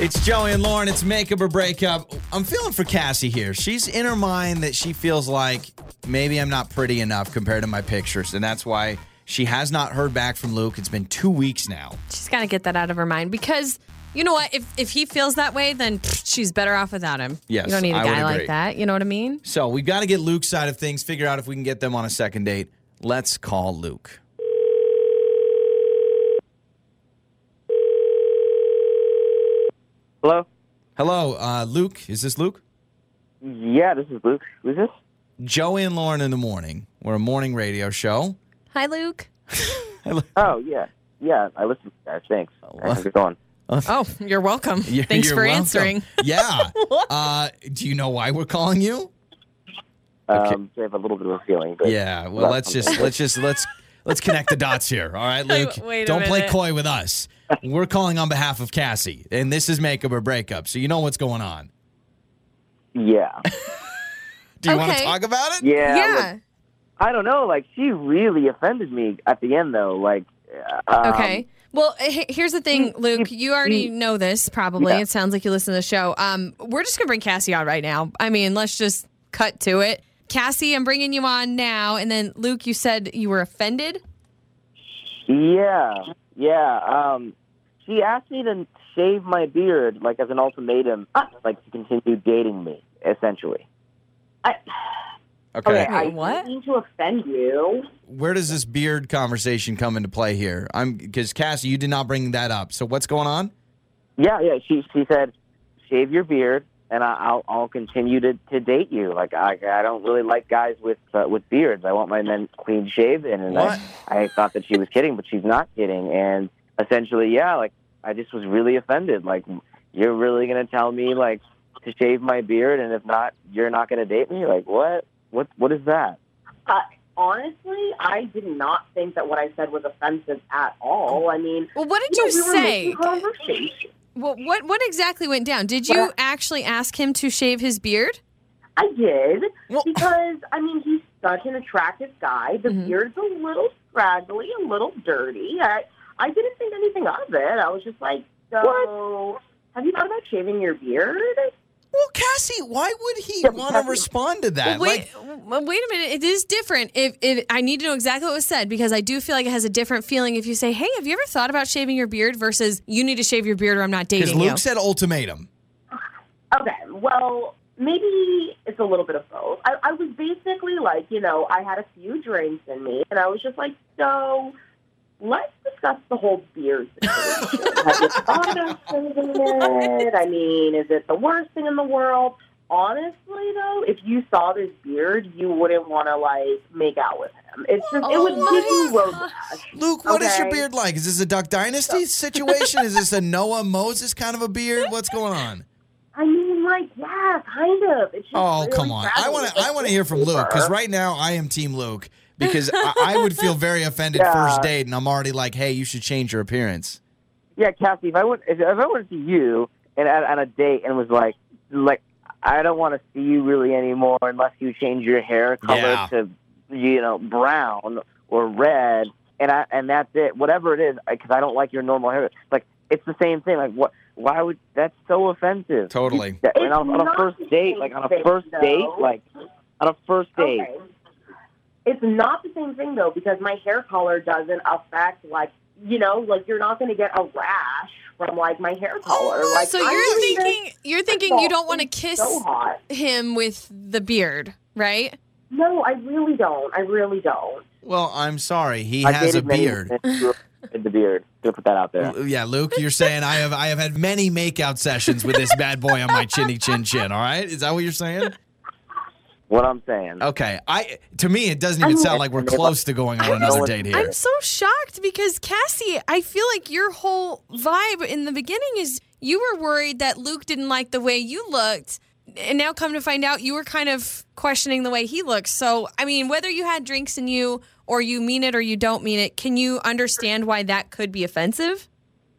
It's Joey and Lauren. It's makeup or breakup. I'm feeling for Cassie here. She's in her mind that she feels like maybe I'm not pretty enough compared to my pictures, and that's why she has not heard back from Luke. It's been two weeks now.
She's got to get that out of her mind because you know what? If if he feels that way, then pfft, she's better off without him.
Yes,
you don't need a
I would
guy
agree.
like that. You know what I mean?
So we've got to get Luke's side of things, figure out if we can get them on a second date. Let's call Luke.
Hello?
Hello, uh, Luke. Is this Luke?
Yeah, this is Luke. Who's this?
Joey and Lauren in the morning. We're a morning radio show.
Hi, Luke.
Hello.
Oh, yeah. Yeah, I listen to you guys. Thanks. How's it going?
Oh, you're welcome.
You're-
Thanks
you're
for
welcome.
answering.
Yeah. uh, do you know why we're calling you?
Um, so I have a little bit of a feeling, but
Yeah. Well,
That's
let's just let's just let's let's connect the dots here. All right, Luke.
Wait a
don't play
minute.
coy with us. We're calling on behalf of Cassie, and this is makeup or breakup. So you know what's going on.
yeah,
Do you want to
Okay.
talk about it?
yeah.
Yeah.
I don't know. Like she really offended me at the end, though. Like, um,
Okay. Well, he- here's the thing, Luke. You already know this, probably.
Yeah.
It sounds like you listen to the show. Um, we're just gonna bring Cassie on right now. I mean, let's just cut to it. Cassie, I'm bringing you on now. And then, Luke, you said you were offended.
Yeah, yeah. Um, she asked me to shave my beard, like as an ultimatum, like to continue dating me, essentially.
I,
Okay.
I
what?
didn't mean to offend you.
Where does this beard conversation come into play here? I'm because Cassie, you did not bring that up. So what's going on?
Yeah, yeah. She she said, shave your beard, and I, I'll I'll continue to to date you. Like I I don't really like guys with uh, with beards. I want my men clean shaven, and
What?
I I thought that she was kidding, but she's not kidding. And essentially, yeah, like I just was really offended. Like you're really gonna tell me like to shave my beard, and if not, you're not gonna date me. Like what? What what is that?
Honestly, I did not think that what I said was offensive at all. I mean,
Well, what did
you know,
you
we were
say?
making conversation.
Well, what what exactly went down? Did you actually ask him to shave his beard?
I did
Well-
because I mean he's such an attractive guy. The
Mm-hmm.
beard's a little scraggly, a little dirty. I I didn't think anything of it. I was just like, so have you thought about shaving your beard?
Well, Cassie, why would he want to respond to that?
Wait, w- wait a minute. It is different. If, if I need to know exactly what was said because I do feel like it has a different feeling if you say, "Hey, have you ever thought about shaving your beard?" versus "You need to shave your beard or I'm not
because
dating
Luke
you."
said ultimatum.
Okay, well maybe it's a little bit of both. I, I was basically like, you know, I had a few drinks in me, and I was just like, so. Let's discuss the whole beard situation. Have you thought about shaving it? I mean, is it the worst thing in the world? Honestly, though, if you saw this beard, you wouldn't want to like make out with him. It's just it would give you road rash.
Luke, what is your
Okay.
beard like? Is this a Duck Dynasty situation? is this a Noah Moses kind of a beard? What's going on?
I mean, like, yeah, kind of. It's just
Oh,
really
come on. I
gradual.
want
It's
to I
like
want to hear from Luke cuz right now I am team Luke because I, I would feel very offended first date and I'm already like, "Hey, you should change your appearance."
Yeah, Cassie, if I went if, if I went to you and at, on a date and was like like I don't want to see you really anymore unless you change your hair color
Yeah.
to you know brown or red and I and that's it whatever it is because I don't like your normal hair like it's the same thing like what why would that's so offensive
Totally.
That- and
It's
on, on a
not
first
the
date
same
like on a
thing,
first date
though.
like on a first date
Okay. It's not the same thing though because my hair color doesn't affect like you know like you're not going to get a rash from like my hair color.
Oh,
like
so
I'm
you're
doing this
thinking you're thinking you don't want to kiss
so hot.
him with the beard, right?
No, I really don't. I really don't.
Well, I'm sorry. He
I
has a
dated many
beard.
men who had the beard to put that out there
Yeah, Luke, you're saying I have I have had many makeout sessions with this bad boy on my chinny chin chin, all right? Is that what you're saying?
what I'm saying
Okay. I to me it doesn't even sound like we're close to going on another date here.
I'm so shocked because Cassie, I feel like your whole vibe in the beginning is you were worried that Luke didn't like the way you looked. And now come to find out you were kind of questioning the way he looks. So, I mean, whether you had drinks in you or you mean it or you don't mean it, can you understand why that could be offensive?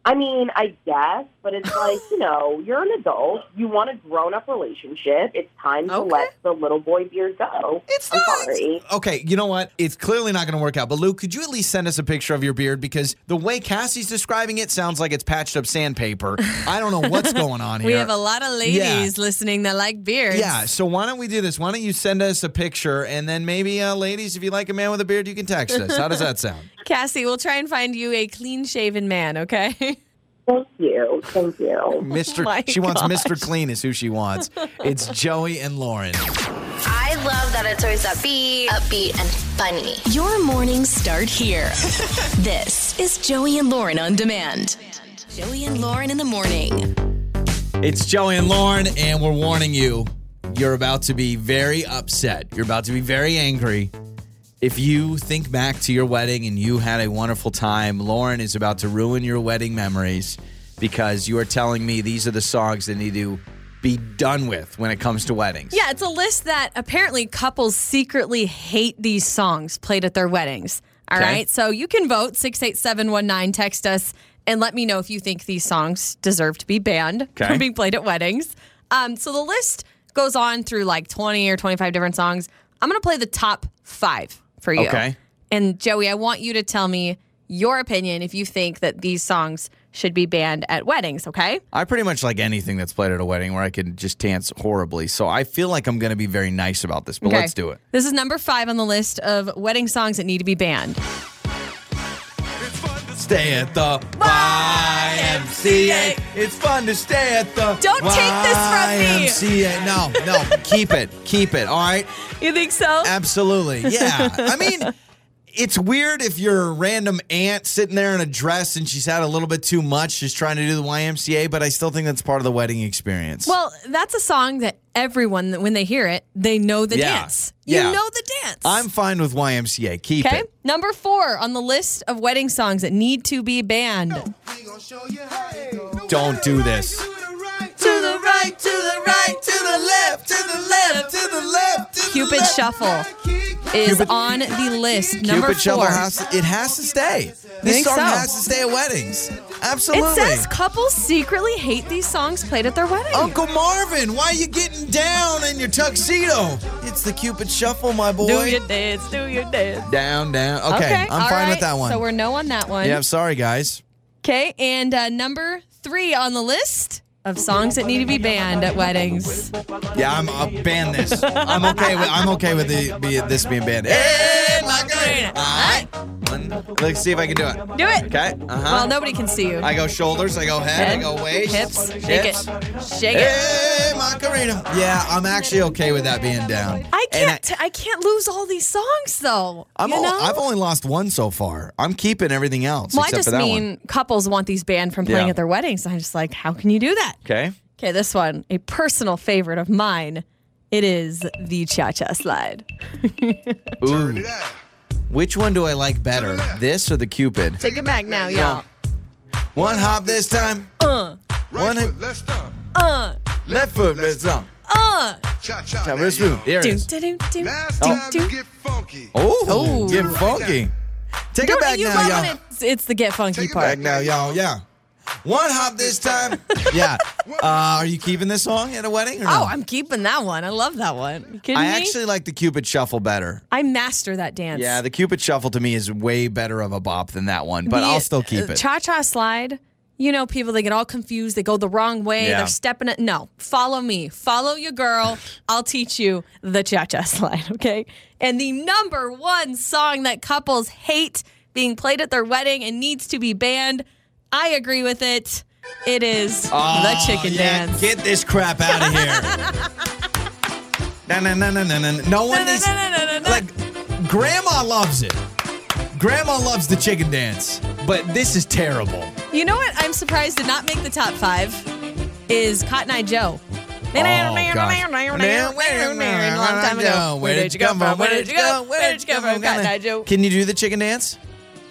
I mean, I guess, but it's like you know, you're an adult. You want a grown-up relationship. It's time to
Okay.
let the little boy beard go.
It's
I'm
not.
sorry.
Okay, you know what? It's clearly not going to work out. But Luke, could you at least send us a picture of your beard? Because the way Cassie's describing it sounds like it's patched up sandpaper. I don't know what's going on here.
We have a lot of ladies listening that like beards.
yeah, so why don't we do this? Why don't you send us a picture, and then maybe, uh, ladies, if you like a man with a beard, you can text us. How does that sound?
Cassie, we'll try and find you a clean shaven man, okay?
Thank you. Thank you.
Mr.
my
she wants Mr. Clean is who she wants. It's Joey and Lauren.
I love that it's always upbeat, upbeat, and funny.
Your mornings start here. this is Joey and Lauren on demand. Joey and Lauren in the morning.
It's Joey and Lauren, and we're warning you you're about to be very upset. You're about to be very angry. If you think back to your wedding and you had a wonderful time, Lauren is about to ruin your wedding memories because you are telling me these are the songs that need to be done with when it comes to weddings.
Yeah, it's a list that apparently couples secretly hate these songs played at their weddings. All right,
Okay.
So you can vote 68719, text us, and let me know if you think these songs deserve to be banned
Okay.
from being played at weddings. Um, so the list goes on through like 20 or 25 different songs. I'm going to play the top five for you.
Okay.
And Joey, I want you to tell me your opinion if you think that these songs should be banned at weddings, okay?
I pretty much like anything that's played at a wedding where I can just dance horribly. So I feel like I'm going to be very nice about this, but
Okay.
let's do it.
This is number five on the list of wedding songs that need to be banned.
Stay at the YMCA. It's fun to stay at the
Don't take this from me.
YMCA. No, no, keep it, keep it. All right,
You think so?
absolutely. Yeah, I mean, it's weird if your random aunt sitting there in a dress and she's had a little bit too much, she's trying to do the YMCA, but I still think that's part of the wedding experience.
well, that's a song that everyone, when they hear it, they know the
Yeah.
dance. You
Yeah.
know the dance.
I'm fine with YMCA. Keep
okay.
it.
Number four on the list of wedding songs that need to be banned.
Don't do this. To the right, to the right, to the left, to the left, to the left. To
Cupid Shuffle is
Cupid-
on the list. Number
Cupid Shuffle
four.
has to, it has to stay. This
think
song
so?
has to stay at weddings. Absolutely.
it says couples secretly hate these songs played at their wedding.
Uncle Marvin, why are you getting down in your tuxedo? It's the Cupid Shuffle, my boy.
do your dance, do your dance.
down, down. Okay, I'm
all
fine
right.
with that one.
So we're no on that one.
yeah, I'm sorry, guys.
Okay, and uh, number three on the list of songs that need to be banned at weddings.
Yeah, I'm uh, ban this. I'm okay with I'm okay with the, be, this being banned. Hey, Macarena. All right. One- Let's see if I can do it.
Do it.
Okay. Uh huh.
Well, nobody can see you.
I go shoulders. I go head. I
Head,
go waist.
hips, shake it, shake it.
Hey, Macarena. Yeah, I'm actually okay with that being down.
I
And
can't. I, I can't lose all these songs though.
I'm
you
al-
know?
I've only lost one so far. I'm keeping everything else
well, I
except
just
for that
mean
one.
couples want these banned from playing
Yeah.
at their weddings. I'm just like, how can you do that?
Okay.
Okay, this one, a personal favorite of mine. It is the cha cha slide.
Ooh. Which one do I like better, this or the Cupid?
Take it back now, y'all.
One hop this time.
Uh,
One hip.
Let's stop.
uh,
left foot. Let's jump.
uh.
Cha cha.
Now, wrist move. Here it
Do,
is.
do, do, do,
Last
do,
time
do.
you get funky.
Oh,
Ooh.
get funky. Take it
Don't
back
you
now,
love
y'all.
when it's, it's the get funky
Take it
part?
Back now, y'all. Yeah. One hop this time. yeah. Uh, are you keeping this song at a wedding or no?
Oh, I'm keeping that one. I love that one. You kidding
I
me?
actually like the Cupid Shuffle better.
I master that dance.
Yeah, the Cupid Shuffle to me is way better of a bop than that one, but I'll still keep it.
Cha cha slide. You know, people they get all confused. They go the wrong way.
Yeah.
They're stepping it. No, follow me. Follow your girl. I'll teach you the cha cha slide. Okay. And the number one song that couples hate being played at their wedding and needs to be banned. I agree with it. It is the chicken
yeah,
dance.
Get this crap out of here. no, no, no, no, no, no. No one needs.
Na-na-na-na-na-na.
Like, Grandma loves it. Grandma loves the chicken dance, but this is terrible.
You know what I'm surprised did not make the top five is Cotton Eye Joe. Oh, Long time ago. Where did you come from? Where did you go? Where did you come from? Cotton Eye Joe.
Can you do the chicken dance?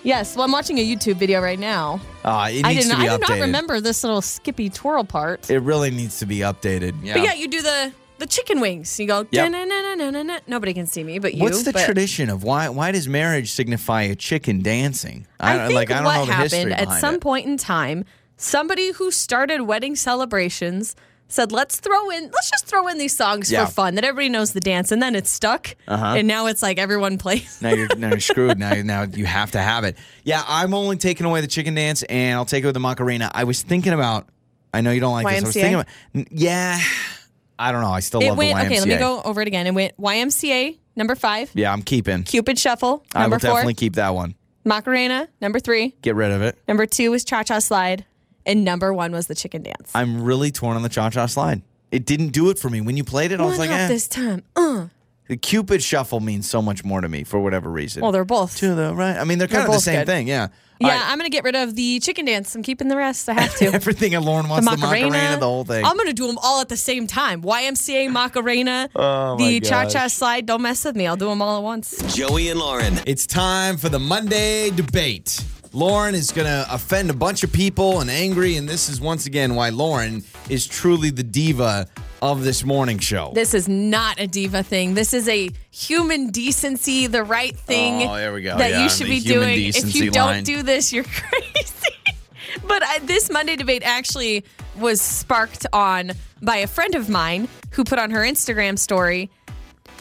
Yes, well, I'm watching a YouTube video right now.
Uh, it needs
I did
to
not,
be
I do
updated.
not remember this little skippy twirl part.
It really needs to be updated. Yeah.
But yeah, you do the the chicken wings. You go.
Yep.
"Da-na-na-na-na-na-na." Nobody can see me, but you.
What's the
but-
tradition of why? Why does marriage signify a chicken dancing?
I think
like I don't
what
know the history
happened at
behind
some
it.
point in time, somebody who started wedding celebrations said, "Let's throw in, let's just throw in these songs
Yeah.
for fun that everybody knows the dance," and then it's stuck,
Uh-huh.
and now it's like everyone plays.
Now you're now you're screwed. Now now you have to have it. Yeah, I'm only taking away the chicken dance, and I'll take away the macarena. I was thinking about. I know you don't like this. I was
YMCA?
thinking about. n- Yeah, I don't know. I still
It
love
went
the YMCA.
okay. Let me go over it again. It went YMCA number five,
Yeah, I'm keeping.
Cupid Shuffle
I
number
will
four,
definitely keep that one.
Macarena number three,
Get rid of it.
number two was Cha Cha Slide, and number one was the Chicken Dance.
I'm really torn on the cha cha slide. It didn't do it for me. When you played it, I was
One
like,
hop
eh.
this time. Uh.
the Cupid shuffle means so much more to me for whatever reason.
Well, they're both.
to the right. I mean, they're kind
They're
of the
both
same
good.
thing. Yeah. All
Yeah,
right.
I'm gonna get rid of the Chicken Dance. I'm keeping the rest. I have to.
Everything that Lauren wants, the Macarena, the whole thing.
I'm gonna do them all at the same time. YMCA Macarena,
Oh
the Cha Cha Slide. Don't mess with me. I'll do them all at once.
Joey and Lauren.
It's time for the Monday debate. Lauren is going to offend a bunch of people and angry. And this is once again why Lauren is truly the diva of this morning show.
This is not a diva thing. This is a human decency, the right thing
Oh, there we go.
that
Yeah,
you should
the
be
human
doing. If
decency
you don't
line.
do this, you're crazy. but I, this Monday debate actually was sparked on by a friend of mine who put on her Instagram story,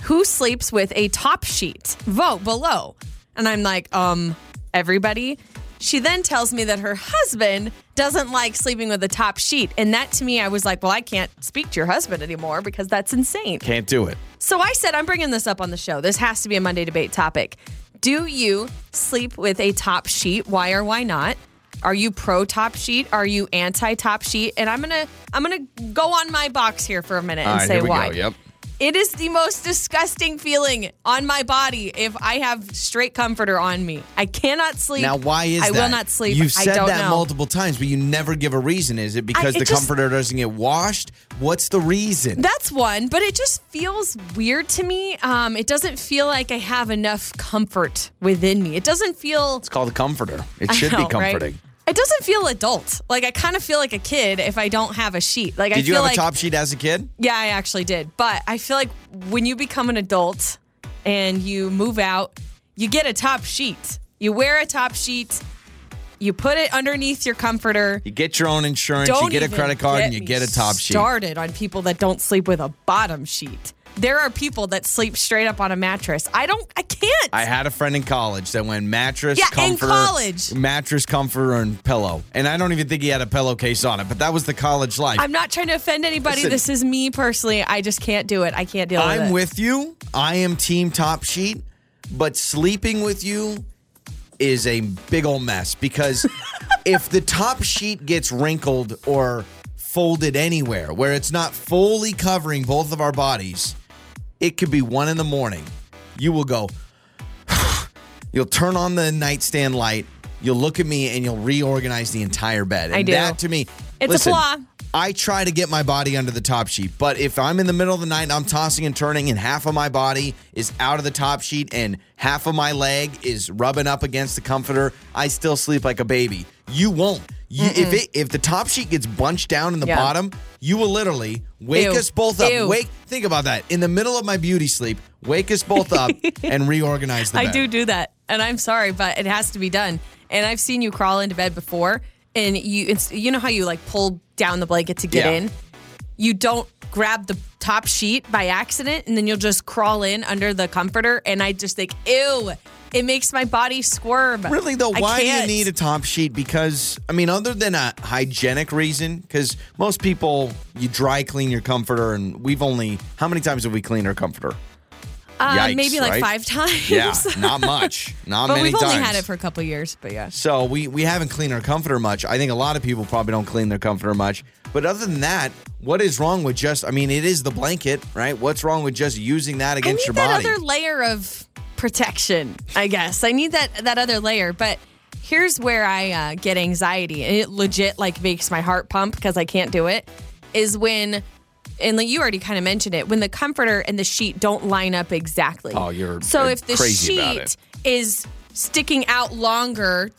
"Who sleeps with a top sheet?" Vote below. And I'm like, um, everybody. She then tells me that her husband doesn't like sleeping with a top sheet. And that to me, I was like, well, I can't speak to your husband anymore because that's insane.
Can't do it.
So I said, I'm bringing this up on the show. This has to be a Monday debate topic. Do you sleep with a top sheet? Why or why not? Are you pro top sheet? Are you anti top sheet? And I'm gonna I'm gonna go on my box here for a minute
All
and
right,
say
here we
why.
go. Yep.
It is the most disgusting feeling on my body if I have straight comforter on me. I cannot sleep.
Now, why is
I
that?
will not sleep.
You've
I
said
don't
that
know.
multiple times, but you never give a reason. Is it because
it
the
just-
comforter doesn't get washed? What's the reason?
That's one, but it just feels weird to me. Um, it doesn't feel like I have enough comfort within me. It doesn't feel
it's called a comforter. It
I
should be
know, right?
comforting.
It doesn't feel adult. Like I kind of feel like a kid if I don't have a sheet. Like I
Did
feel
you have
like
a top sheet as a kid?
yeah, I actually did. But I feel like when you become an adult and you move out, you get a top sheet. You wear a top sheet. You put it underneath your comforter.
You get your own insurance,
Don't
you get a
even
credit card,
get
and you
me
get a top sheet.
Started on people that don't sleep with a bottom sheet. There are people that sleep straight up on a mattress. I don't. I can't.
I had a friend in college that went mattress,
Yeah, in
comforter,
college.
mattress, comforter, and pillow. And I don't even think he had a pillowcase on it, but that was the college life.
I'm not trying to offend anybody.
Listen.
this is me personally. I just can't do it. I can't deal with it.
I'm with you. I am team top sheet, but sleeping with you is a big old mess because if the top sheet gets wrinkled or folded anywhere where it's not fully covering both of our bodies, it could be one in the morning. You will go, you'll turn on the nightstand light, you'll look at me, and you'll reorganize the entire bed. And
I do.
that to me,
It's a
listen,
flaw.
I try to get my body under the top sheet, but if I'm in the middle of the night and I'm tossing and turning and half of my body is out of the top sheet and half of my leg is rubbing up against the comforter, I still sleep like a baby. You won't. You, if it if the top sheet gets bunched down in the
Yeah.
bottom, you will literally wake
Ew.
us both up.
Ew.
Wake think about that. In the middle of my beauty sleep, wake us both up and reorganize the
I
bed.
do do that, and I'm sorry, but it has to be done. And I've seen you crawl into bed before, and you it's, you know how you like pull down the blanket to get
Yeah.
in. You don't grab the top sheet by accident, and then you'll just crawl in under the comforter. And I just think, ew, it makes my body squirm.
Really though,
I
why do you
can't.
need a top sheet? Because I mean, other than a hygienic reason, because most people you dry clean your comforter, and we've only how many times have we cleaned our comforter?
Uh,
Yikes,
maybe like
right?
five times.
Yeah, not much, not
but
many
we've only
times.
had it for a couple years. But yeah,
so we we haven't cleaned our comforter much. I think a lot of people probably don't clean their comforter much. But other than that, what is wrong with just? I mean, it is the blanket, right? What's wrong with just using that
I
against
need
your
that
body?
other layer of protection, I guess. I need that that other layer, but here's where I uh, get anxiety, and it legit like makes my heart pump because I can't do it. Is when, and like you already kind of mentioned it, when the comforter and the sheet don't line up exactly.
Oh, you're,
so
uh,
if the
crazy about
sheet is sticking out longer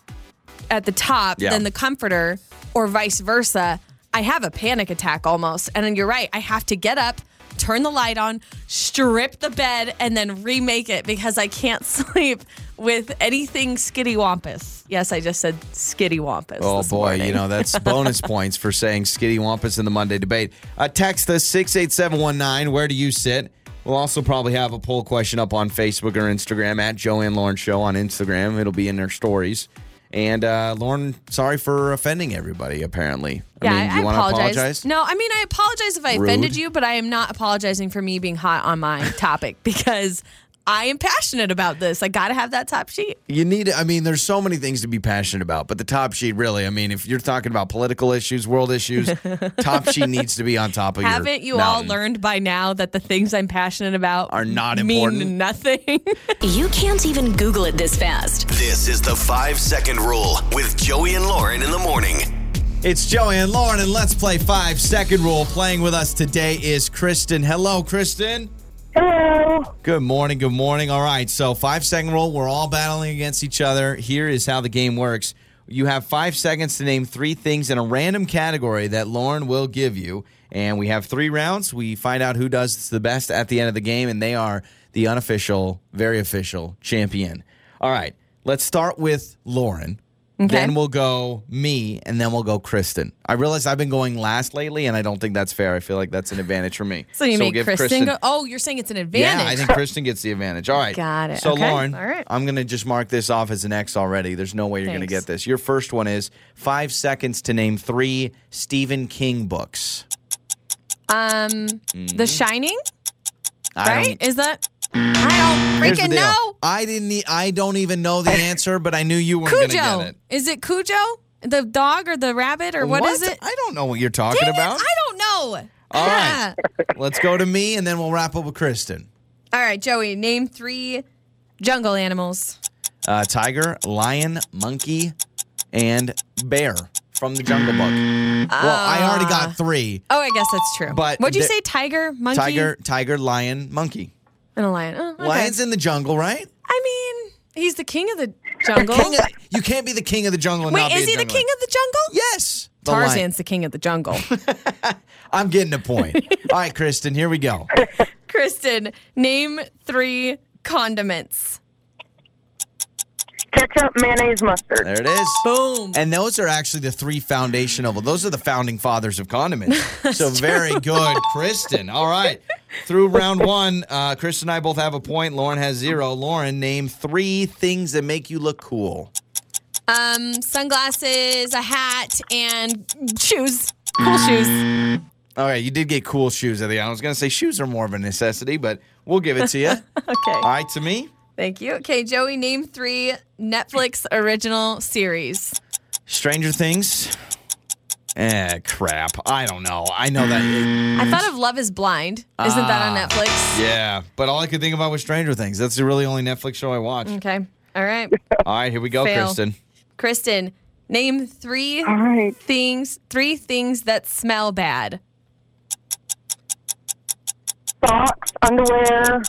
at the top
Yeah.
than the comforter or vice versa, I have a panic attack almost. And then you're right, I have to get up, turn the light on, strip the bed, and then remake it because I can't sleep with anything skitty wampus. Yes, I just said skitty wampus.
Oh
this
boy,
morning.
you know that's bonus points for saying Skitty Wampus in the Monday debate. Uh, text us six eight seven one nine. Where do you sit? We'll also probably have a poll question up on Facebook or Instagram at Joe and Lauren Show on Instagram. It'll be in their stories. And uh, Lauren, sorry for offending everybody. Apparently,
Yeah, I,
you
I
wanna
apologize. No, I mean I apologize if I
Rude.
offended you, but I am not apologizing for me being hot on my topic because I am passionate about this. I got to have that top sheet.
You need, I mean, there's so many things to be passionate about, but the top sheet, really, I mean, if you're talking about political issues, world issues, top sheet needs to be on top of your
Haven't you all
mountain.
learned by now that the things I'm passionate about
Are not
mean
important?
Nothing.
You can't even Google it this fast.
This is the five second rule with Joey and Lauren in the morning.
It's Joey and Lauren, and let's play five second rule. Playing with us today is Kristen. Hello, Kristen.
Hello.
Good morning. Good morning. All right. So, five second rule. We're all battling against each other. Here is how the game works you have five seconds to name three things in a random category that Lauren will give you. And we have three rounds. We find out who does the best at the end of the game, and they are the unofficial, very official champion. All right. Let's start with Lauren. Then we'll go me, and then we'll go Kristen. I realize I've been going last lately, and I don't think that's fair. I feel like that's an advantage for me.
So you
we'll
make
give
Kristen, go. Oh, you're saying it's an advantage.
yeah, I think Kristen gets the advantage. All right.
Got it.
So,
Okay.
Lauren,
All right.
I'm going to just mark this off as an X already. There's no way you're going to
Thanks.
get this. Your first one is five seconds to name three Stephen King books.
Um, The Shining,
Mm-hmm. I
right?
don't-
Is that? I don't
Here's the
freaking
deal.
know.
I didn't. e- I don't even know the answer, but I knew you weren't going to get
Cujo.
it.
Is it Cujo? The dog or the rabbit or what is it?
I don't know what you're talking
Dang it,
about.
I don't know.
All right.
Ah.
Let's go to me, and then we'll wrap up with Kristen.
All right, Joey, name three jungle animals.
Uh, tiger, lion, monkey, and bear from the Jungle Book. well, I already got three.
Oh, I guess that's true.
But
what'd you
the-
say? Tiger, monkey,
Tiger, tiger, lion, monkey.
and a lion. Oh, okay.
Lions in the jungle, right?
I mean, he's the king of the jungle.
King of- you can't be the king of the jungle. And
Wait,
not be
is
a
he the
jungler.
king of the jungle?
Yes, the lion.
Tarzan's the king of the jungle.
I'm getting a point. All right, Kristen, here we go.
Kristen, name three condiments.
Ketchup, mayonnaise, mustard.
There it is.
Boom.
And those are actually the three foundational. Those are the founding fathers of condiments. So very good, Kristen. All right, through round one, uh, Kristen and I both have a point. Lauren has zero. Lauren, name three things that make you look cool.
Um, sunglasses, a hat, and shoes. Cool
Mm.
shoes.
All right, you did get cool shoes at the end. I was going to say shoes are more of a necessity, but we'll give it to you.
Okay.
All right, to me,
Thank you. Okay, Joey, name three Netflix original series.
Stranger Things. Eh, crap. I don't know. I know that.
I thought of Love is Blind. Isn't that on
Mm. Ah.
Netflix?
Yeah, but all I could think about was Stranger Things. That's the really only Netflix show I watch.
Okay. All right.
All right, here we go,
Mm. Fail.
Kristen.
Kristen, name three
All right.
things three things that smell bad.
Socks, underwear,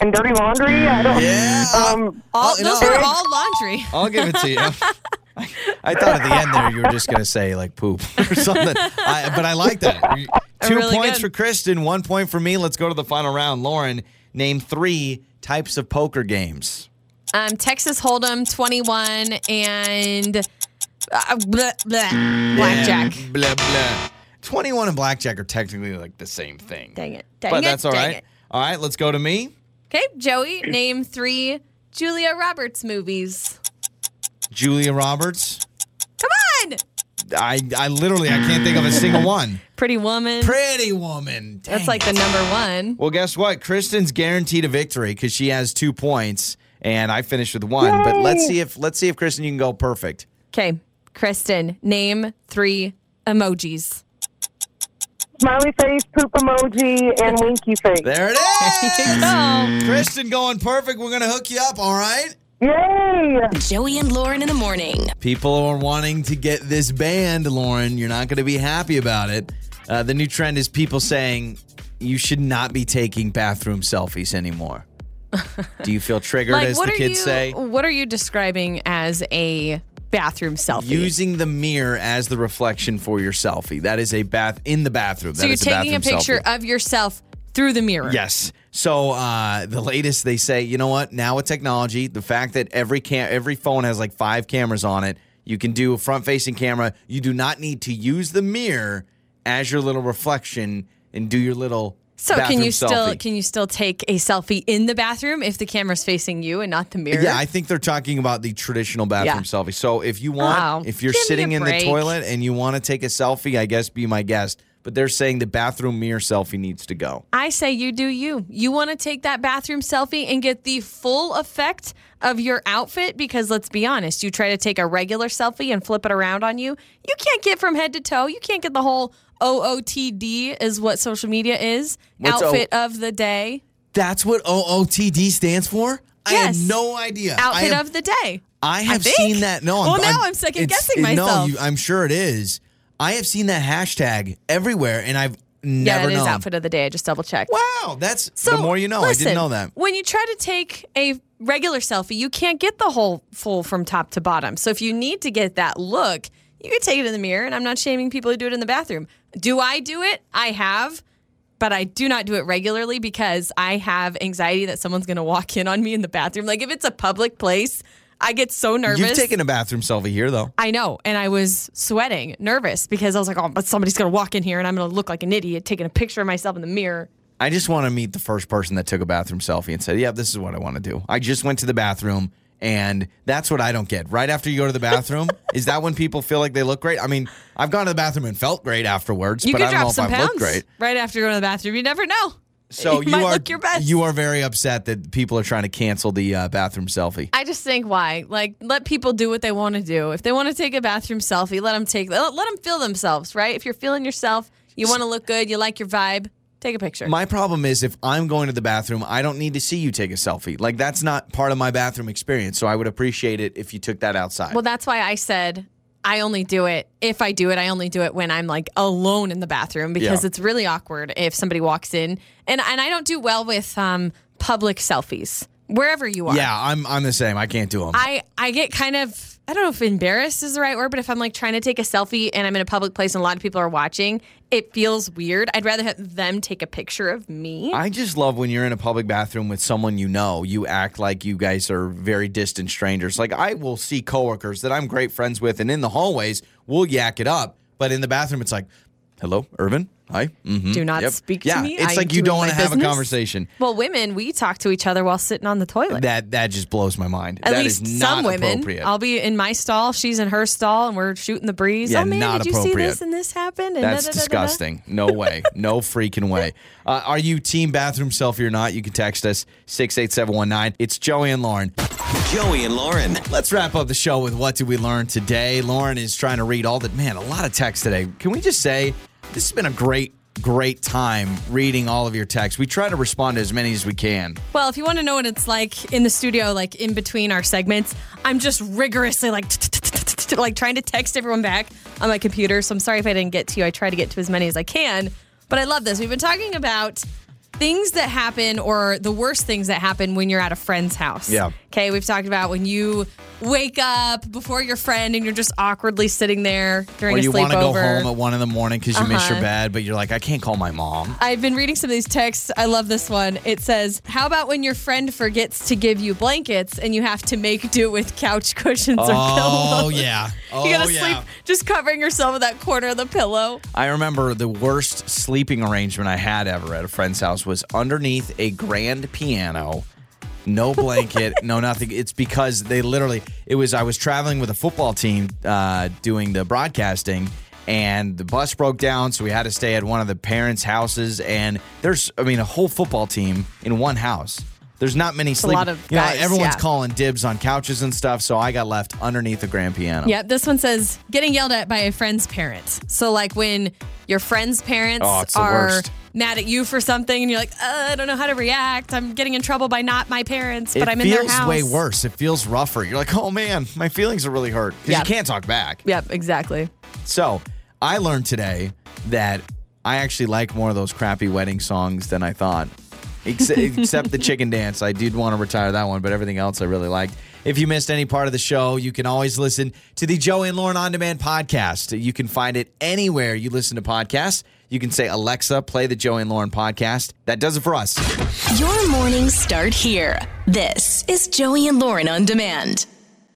and dirty laundry. I don't.
Yeah.
Um,
All
Oh,
those
no.
are all laundry.
I'll give it to you. I, I thought at the end there you were just going to say like poop or something. I, but I like that. You- Two
Really
points
good.
for Kristen, one point for me. Let's go to the final round. Lauren, name three types of poker games.
Um, Texas Hold'em, 21, and uh, bleh, bleh, blackjack.
Mm. Yeah, blah, blah. 21 and blackjack are technically like the same thing.
Dang it. Dang
but
it.
that's all
dang
right.
it.
All right, let's go to me.
Okay, Joey, name three Julia Roberts movies.
Julia Roberts.
Come on!
I, I literally I can't think of a single one.
Pretty Woman.
Pretty Woman. Dang
that's like
it.
the number one.
Well, guess what? Kristen's guaranteed a victory because she has two points, and I finished with one. But let's see if let's see if Kristen you can go perfect.
Okay, Kristen, name three emojis.
smiley face, poop emoji, and winky face.
There it is.
Oh,
Kristen going perfect. We're gonna hook you up. All right.
Yay!
Joey and Lauren in the morning.
People are wanting to get this banned, Lauren. You're not gonna be happy about it. Uh, the new trend is people saying you should not be taking bathroom selfies anymore. Do you feel triggered,
like
as
what
the
are
kids
you?
say?
What are you describing as a bathroom selfie?
Using the mirror as the reflection for your selfie. That is a bath in the bathroom.
so you're taking a, picture of yourself through the mirror.
Yes. So uh, the latest they say, you know what? Now with technology, the fact that every cam- every phone has like five cameras on it, you can do a front facing camera. You do not need to use the mirror as your little reflection and do your little.
So can
bathroom
you still
selfie.
can you still take a selfie in the bathroom if the camera's facing you and not the mirror?
Yeah, I think they're talking about the traditional bathroom
Yeah.
selfie. So if you want,
Oh,
if you're
give me a
sitting in the
break.
toilet and you want to take a selfie, I guess be my guest. But they're saying the bathroom mirror selfie needs to go.
I say you do you. You want to take that bathroom selfie and get the full effect of your outfit because let's be honest, you try to take a regular selfie and flip it around on you, you can't get from head to toe. You can't get the whole OOTD is what social media is.
What's O-
outfit of the day.
That's what OOTD stands for. I
Yes.
had no idea. I
Outfit
am-
of the day.
I have
think.
seen that. No,
Well, now I'm second
it's-
guessing
it- No,
myself.
you, I'm sure it is. I have seen that hashtag everywhere, and I've Never
yeah, that is
known.
outfit of the day. I just double checked.
Wow, that's the more you know. I
listen,
didn't know that.
When you try to take a regular selfie, you can't get the whole full from top to bottom. So if you need to get that look, you can take it in the mirror. And I'm not shaming people who do it in the bathroom. Do I do it? I have, but I do not do it regularly because I have anxiety that someone's going to walk in on me in the bathroom. Like if it's a public place, I get so nervous.
You've taken a bathroom selfie here, though.
I know. And I was sweating, nervous because I was like, oh, but somebody's going to walk in here and I'm going to look like an idiot taking a picture of myself in the mirror.
I just want to meet the first person that took a bathroom selfie and said, "Yeah, this is what I want to do." I just went to the bathroom, and that's what I don't get. Right after you go to the bathroom, is that when people feel like they look great? I mean, I've gone to the bathroom and felt great afterwards,
You
but
could
I don't know
drop
if
some
I've
pounds
looked great.
right after going to the bathroom. You never know.
So you,
might
are
look your best.
you are very upset that people are trying to cancel the uh, bathroom selfie.
I just think why? Like, let people do what they want to do. If they want to take a bathroom selfie, let them take. Let, let them feel themselves, right? If you're feeling yourself, you want to look good, you like your vibe, take a picture.
My problem is if I'm going to the bathroom, I don't need to see you take a selfie. Like that's not part of my bathroom experience. So I would appreciate it if you took that outside.
well, that's why I said I only do it if I do it. I only do it when I'm like alone in the bathroom because
Yeah.
it's really awkward if somebody walks in, and and I don't do well with um, public selfies wherever you are.
yeah, I'm I'm the same. I can't do them.
I I get kind of I don't know if embarrassed is the right word, but if I'm like trying to take a selfie and I'm in a public place and a lot of people are watching, it feels weird. I'd rather have them take a picture of me.
I just love when you're in a public bathroom with someone you know, you act like you guys are very distant strangers. Like I will see coworkers that I'm great friends with and in the hallways we'll yak it up, but in the bathroom it's like, "Hello, Irvin. Hi." Mhm.
Do not
Yep.
speak to
yeah,
me.
It's
I
like you
do
don't
my
want to have a
business.
conversation.
well, women, we talk to each other while sitting on the toilet.
That that just blows my mind.
At
That is
least
not
some women.
appropriate.
I'll be in my stall, she's in her stall, and we're shooting the breeze.
Yeah,
oh man,
not
did you see
appropriate.
this and this happened? And
That's
da-da-da-da-da.
disgusting. No way. No freaking way. Uh, are you team bathroom selfie or not? You can text us 68719. It's Joey and Lauren.
Joey and Lauren.
Let's wrap up the show with what did we learn today? Lauren is trying to read all the man, a lot of text today. Can we just say this has been a great great time reading all of your texts. We try to respond to as many as we can.
Well, if you want to know what it's like in the studio, like in between our segments, I'm just rigorously like like trying to text everyone back on my computer. So I'm sorry if I didn't get to you. I try to get to as many as I can, but I love this. We've been talking about things that happen or the worst things that happen when you're at a friend's house.
Yeah.
Okay, we've talked about when you wake up before your friend and you're just awkwardly sitting there during
Or
a
you
sleepover.
want to go home at one in the morning because you miss your
Uh-huh.
bed, but you're like, I can't call my mom.
I've been reading some of these texts. I love this one. It says, How about when your friend forgets to give you blankets and you have to make do with couch cushions or
Oh
pillows?
yeah. Oh
You gotta
yeah.
sleep just covering yourself with that corner of the pillow.
I remember the worst sleeping arrangement I had ever at a friend's house was underneath a grand piano. No blanket, no nothing. It's because they literally, it was, I was traveling with a football team uh, doing the broadcasting and the bus broke down. So we had to stay at one of the parents' houses. And there's, I mean, a whole football team in one house. There's not many
a
sleep.
lot of
you know,
guys,
everyone's
yeah.
calling dibs on couches and stuff. So I got left underneath the grand piano.
Yep, this one says, Getting yelled at by a friend's parent. So, like when your friend's parents
Oh, it's the
are
worst.
mad at you for something and you're like, uh, I don't know how to react. I'm getting in trouble by not my parents, but
it
I'm in
feels
their house.
way worse. It feels rougher. You're like, oh man, my feelings are really hurt because
Yeah.
you can't talk back.
Yep, exactly.
So I learned today that I actually like more of those crappy wedding songs than I thought. Except, except the chicken dance. I did want to retire that one, but everything else I really liked. If you missed any part of the show, you can always listen to the Joe and Lauren On Demand podcast. You can find it anywhere you listen to podcasts. You can say, Alexa, play the Joe and Lauren podcast. That does it for us.
Your mornings start here. This is Joey and Lauren on demand.